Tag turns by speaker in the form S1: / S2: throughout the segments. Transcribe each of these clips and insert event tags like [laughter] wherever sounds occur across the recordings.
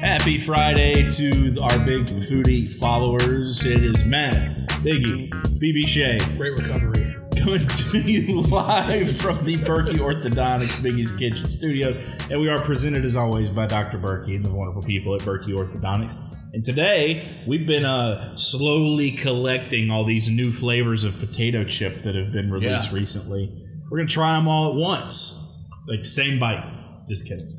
S1: Happy Friday to our big foodie followers. It is Matt, Biggie, BB Shea,
S2: Great recovery.
S1: coming to you [laughs] live from the Berkey Orthodontics Biggie's Kitchen Studios. And we are presented as always by Dr. Berkey and the wonderful people at Berkey Orthodontics. And today we've been uh, slowly collecting all these new flavors of potato chip that have been released
S2: Yeah.
S1: recently. We're going to try them all at once. Like same bite. Just kidding.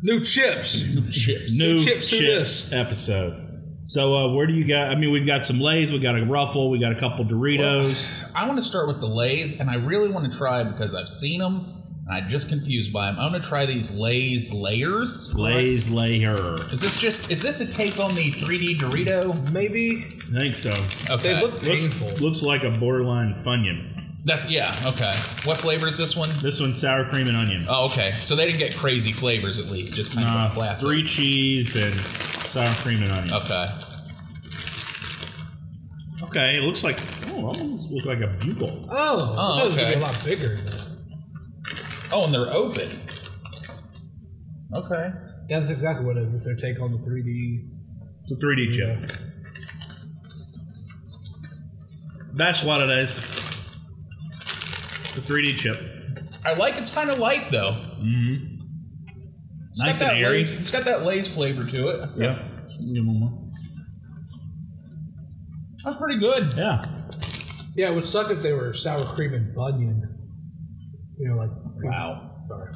S2: New chips.
S1: Chips.
S2: New
S1: New
S2: chips,
S1: chips,
S2: who dis?
S1: episode. So uh, where do you got? I mean, we've got some Lay's, we got a Ruffle, we got a couple Doritos.
S3: I want to start with the Lays, and I really want to try because I've seen them and I'm just confused by them. I want to try these Lays layers.
S1: Lay's layer.
S3: Is this just is this a take on the 3D Dorito?
S2: Maybe
S1: I think so.
S3: Okay,
S2: they look painful.
S1: Looks, looks like a borderline funyun.
S3: that's yeah. Okay, what flavor is this one?
S1: This one's sour cream and onion.
S3: Oh, okay. So they didn't get crazy flavors at least, just kind
S1: Uh,
S3: of blast.
S1: three cheese and sour cream and onion.
S3: Okay.
S1: Okay, it looks like oh, almost looks like a bugle.
S2: oh,
S3: Oh,
S2: those would
S3: okay.
S2: be a lot bigger. than that.
S3: Oh, and they're open. Okay.
S2: That's exactly what it is. It's their take on the 3D.
S1: It's a 3D chip. That's what it is. The 3D chip.
S3: I like it's kind of light though.
S1: Mm-hmm.
S3: It's
S1: Nice
S3: got
S1: and
S3: that
S1: airy.
S3: Lay's- it's got that Lays flavor to it.
S1: Yeah. Give one more.
S3: That's pretty good.
S1: Yeah.
S2: Yeah, it would suck if they were sour cream and bunion. You know, like
S3: Wow.
S2: Sorry.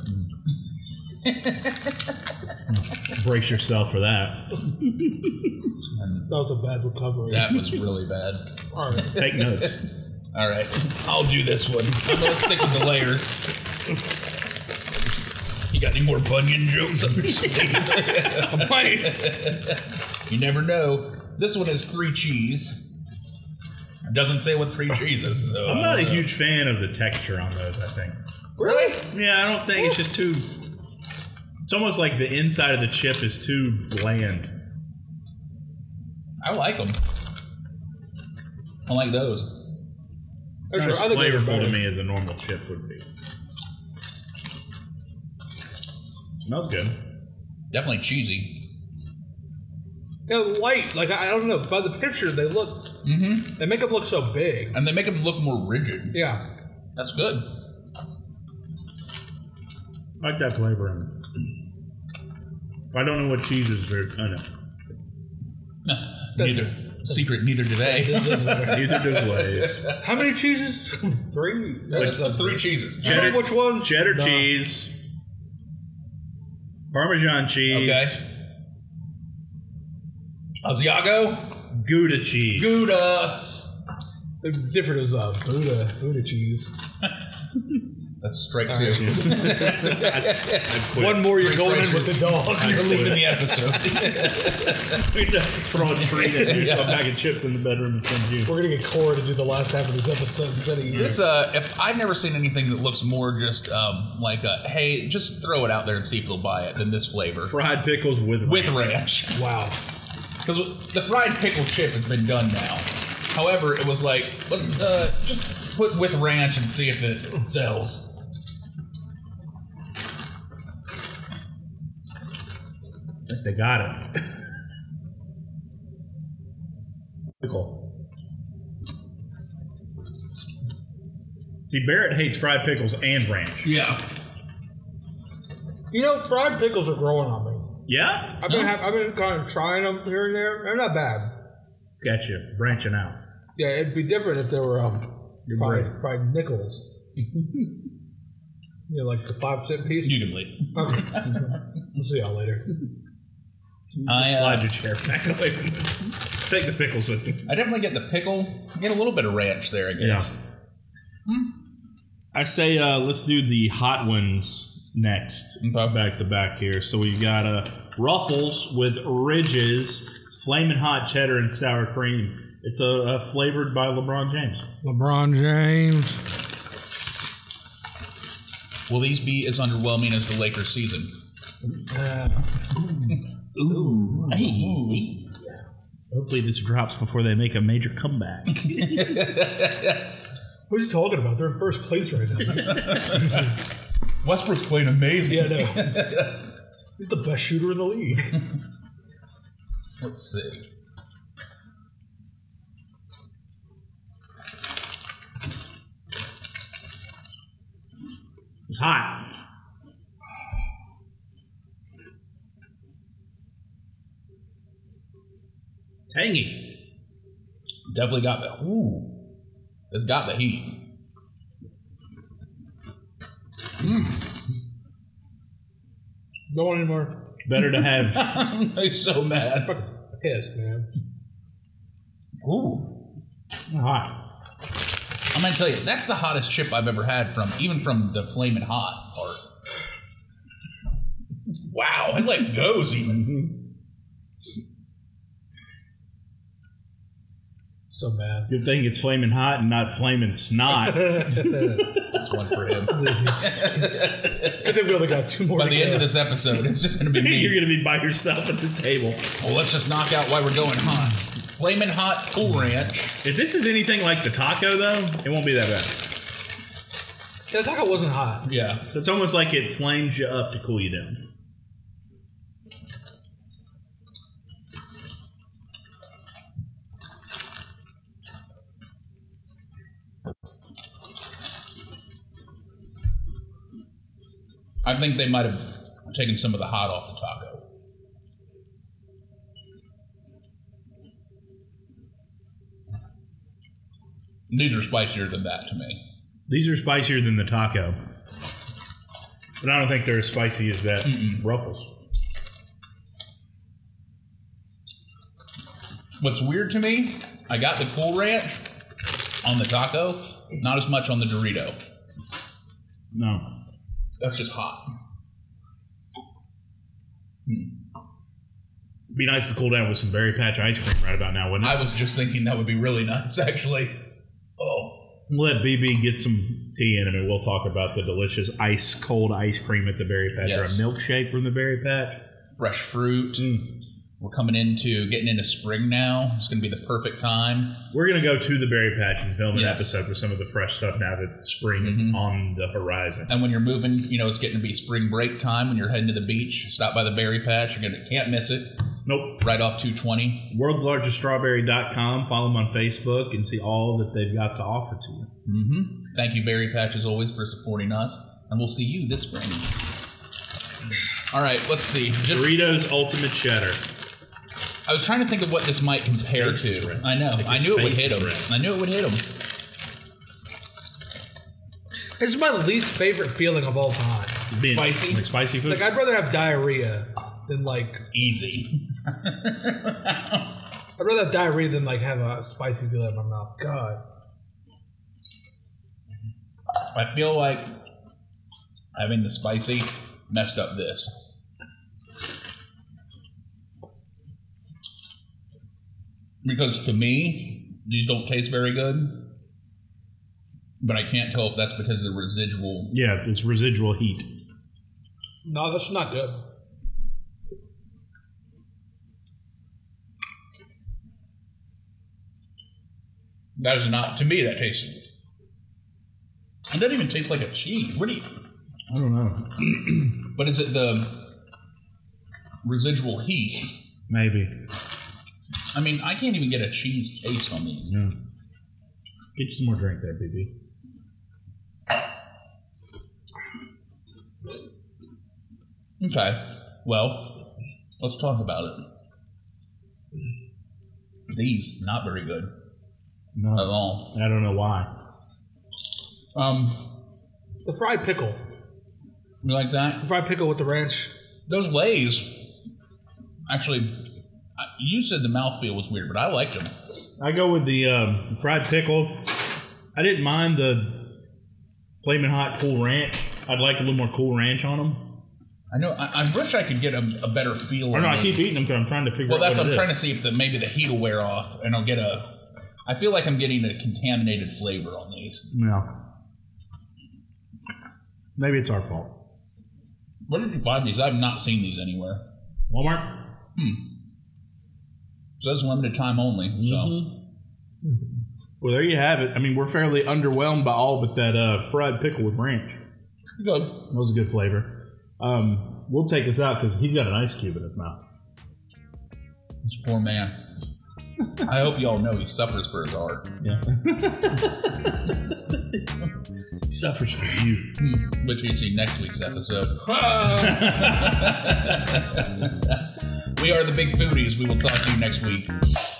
S1: Brace yourself for that.
S2: That was a bad recovery.
S3: That
S2: [laughs]
S3: was really bad.
S2: All right.
S1: Take notes.
S3: All right, I'll do this one. I'm gonna stick with the layers. You got any more bunion jokes? up your sleeve? I might. You never know. This one is three cheese. It doesn't say what three cheese is. So
S1: I'm not a huge fan of the texture on those, I think.
S3: Really?
S1: Yeah, I don't think it's just too. It's almost like the inside of the chip is too bland.
S3: I like them. I like those.
S1: It's
S2: There's
S1: not as
S2: your other good
S1: flavorful to
S2: recovery.
S1: me as a normal chip would be. Smells good.
S3: Definitely cheesy.
S2: Yeah, light. Like I I don't know. By the picture, they look.
S3: Mm-hmm.
S2: They make them look so big.
S3: And they make them look more rigid.
S2: Yeah.
S3: That's good.
S1: I like that flavor in it. I don't know what cheeses are. I know.
S3: Neither secret. Neither do they.
S1: Neither does Lay's.
S2: [laughs] How many cheeses? Three.
S3: That's the three cheeses.
S2: I don't
S1: Cheddar-
S2: know which one?
S1: cheddar cheese, Parmesan cheese,
S3: Okay. Asiago,
S1: Gouda cheese.
S3: Gouda.
S2: They're different as uh, Buddha Buddha cheese.
S3: That's strike
S2: All
S3: two.
S1: I quit.
S2: One more, you're
S3: Great
S2: going in with
S3: pressure.
S2: the dog.
S3: You're [laughs] leaving the episode.
S1: We just throw a treat at you, a bag of chips in the bedroom and send you.
S2: We're gonna get Cora to do the last half of this episode instead of you.
S3: this, uh, if I've never seen anything that looks more just um, like, a, hey, just throw it out there and see if they'll buy it than this flavor
S1: Fried pickles with
S3: with ranch.
S2: Wow.
S3: Because the fried pickle chip has been done now. However, it was like, let's uh, just put with ranch and see if it sells.
S1: They got it. Pickle. See, Barrett hates fried pickles and ranch.
S3: Yeah.
S2: You know, fried pickles are growing on me.
S1: Yeah?
S2: I've been
S3: Huh?
S2: have, I've been kind of trying them here and there. They're not bad.
S1: Gotcha. Branching out.
S2: Yeah, it'd be different if they were um,
S1: You're
S2: fried
S1: brave.
S2: fried [laughs] nickels. you know, like the five cent piece.
S3: You can leave.
S2: Okay. we'll see y'all later.
S3: I, uh,
S1: Slide your chair back [laughs] away from the- Take the pickles with you.
S3: I definitely get the pickle. I get a little bit of ranch there, I guess.
S1: I say uh, let's do the hot ones next,
S3: Okay.
S1: back to back here. So we've got uh, Ruffles with Ridges, it's flaming hot cheddar and sour cream. It's uh, uh, flavored by LeBron James.
S2: LeBron James.
S3: Will these be as underwhelming as the Lakers season?
S2: Uh,
S3: Ooh.
S1: Hopefully this drops before they make a major comeback.
S2: what are you talking about? They're in first place right now.
S3: Westbrook's playing amazing.
S2: yeah, no. He's the best shooter in the league.
S3: [laughs] Let's see.
S1: It's hot. Tangy.
S3: Definitely got the ooh. It's got the heat. [laughs]
S2: No one anymore.
S1: Better to
S3: [laughs]
S1: have.
S3: I'm so mad.
S2: Pissed, man.
S3: Ooh.
S1: hot.
S3: I'm gonna tell you, that's the hottest chip I've ever had from even from the flaming hot part. Wow, it like goes even.
S2: So mad.
S1: Good thing it's flaming hot and not flaming snot.
S2: [laughs] I
S3: That's one for him. [laughs]
S2: think we only got two more.
S3: By
S2: to
S3: the
S2: go.
S3: end of this episode, it's just gonna
S1: [laughs]
S3: be
S1: You're
S3: me.
S1: gonna be by yourself at the table.
S3: Well, let's just knock out why we're going hot. Flaming hot cool ranch.
S1: If this is anything like the taco, though, it won't be that bad.
S2: Yeah, the taco wasn't hot.
S3: Yeah.
S1: It's almost like it flames you up to cool you down.
S3: I think they might have taken some of the hot off the taco. These are spicier than that to me.
S1: These are spicier than the taco, but I don't think they're as spicy as that Ruffles.
S3: What's weird to me, I got the cool ranch on the taco, not as much on the Dorito.
S1: No,
S3: That's just hot.
S1: be nice to cool down with some berry patch ice cream right about now, wouldn't it?
S3: I was just thinking that would be really [laughs] nice, actually. Oh,
S1: Let BB get some tea in him, and we'll talk about the delicious ice cold ice cream at the berry patch
S3: Yes.
S1: or a milkshake from the berry patch.
S3: fresh fruit.
S1: Mm.
S3: We're coming into getting into spring now. It's going to be the perfect time.
S1: We're gonna go to the berry patch and film an
S3: Yes.
S1: episode with some of the fresh stuff now that spring is
S3: Mhm.
S1: on the horizon.
S3: And when you're moving, you know, it's getting to be spring break time when you're heading to the beach. Stop by the berry patch. You're going to can't miss it.
S1: Nope.
S3: Right off 220.
S1: World's largest strawberry.com. Follow them on Facebook and see all that they've got to offer to you.
S3: Mm-hmm. Thank you, Berry Patch, as always, for supporting us. And we'll see you this spring. All right, let's see. Just
S1: Doritos Ultimate Cheddar.
S3: I was trying to think of what this might compare
S1: face is
S3: to.
S1: red.
S3: I know. I
S1: his
S3: knew it would
S1: face
S3: hit
S1: is
S3: him.
S1: red.
S3: I knew it would hit him.
S2: This is my least favorite feeling of all time.
S1: Being-
S3: Spicy?
S1: Like spicy food.
S2: Like I'd rather have diarrhea than like
S3: [laughs] Easy.
S2: I'd rather have diarrhea than like have a spicy feeling in my mouth. God,
S3: I feel like having the spicy messed up this. Because to me, these don't taste very good. But I can't tell if that's because of the residual.
S1: yeah, it's residual heat.
S2: no, that's not good.
S3: That is not to me that tastes. It doesn't even taste like a cheese. What do you
S1: I don't know.
S3: But is it the residual heat?
S1: Maybe.
S3: I mean, I can't even get a cheese taste on these.
S1: Yeah. Get you some more drink there, BB.
S3: Okay. Well, let's talk about it. These not very good
S1: No.
S3: at all.
S1: I don't know why.
S3: Um,
S2: The fried pickle,
S3: you like
S2: the
S3: that?
S2: fried pickle with the
S3: [laughs]
S2: ranch. [laughs]
S3: Those lays. Actually, I- you said the mouthfeel was weird, but I liked them.
S1: I go with the um, fried pickle. I didn't mind the flaming hot cool ranch. I'd like a little more cool ranch on them.
S3: I know. I, I wish I could get a, a better feel.
S1: Or
S3: on
S1: no, I
S3: these.
S1: keep eating them because I'm trying to figure
S3: Well,
S1: out
S3: that's
S1: what
S3: what I'm
S1: it
S3: trying to
S1: is.
S3: see if the, maybe the heat will wear off, and I'll get a. I feel like I'm getting a contaminated flavor on these.
S1: No. Maybe it's our fault.
S3: Where did you buy these? I've not seen these anywhere.
S1: Walmart?
S3: It says limited time only. So
S1: Mm-hmm. Well, there you have it. I mean, we're fairly underwhelmed by all but that uh, fried pickle with ranch.
S3: good.
S1: That was a good flavor. Um, we'll take us out because he's got an ice cube in his mouth.
S3: It's Poor man. I hope you all know he suffers for his art.
S1: Yeah. Suffers for you.
S3: which we see next week's episode. [laughs] we are the Big Foodies. We will talk to you next week.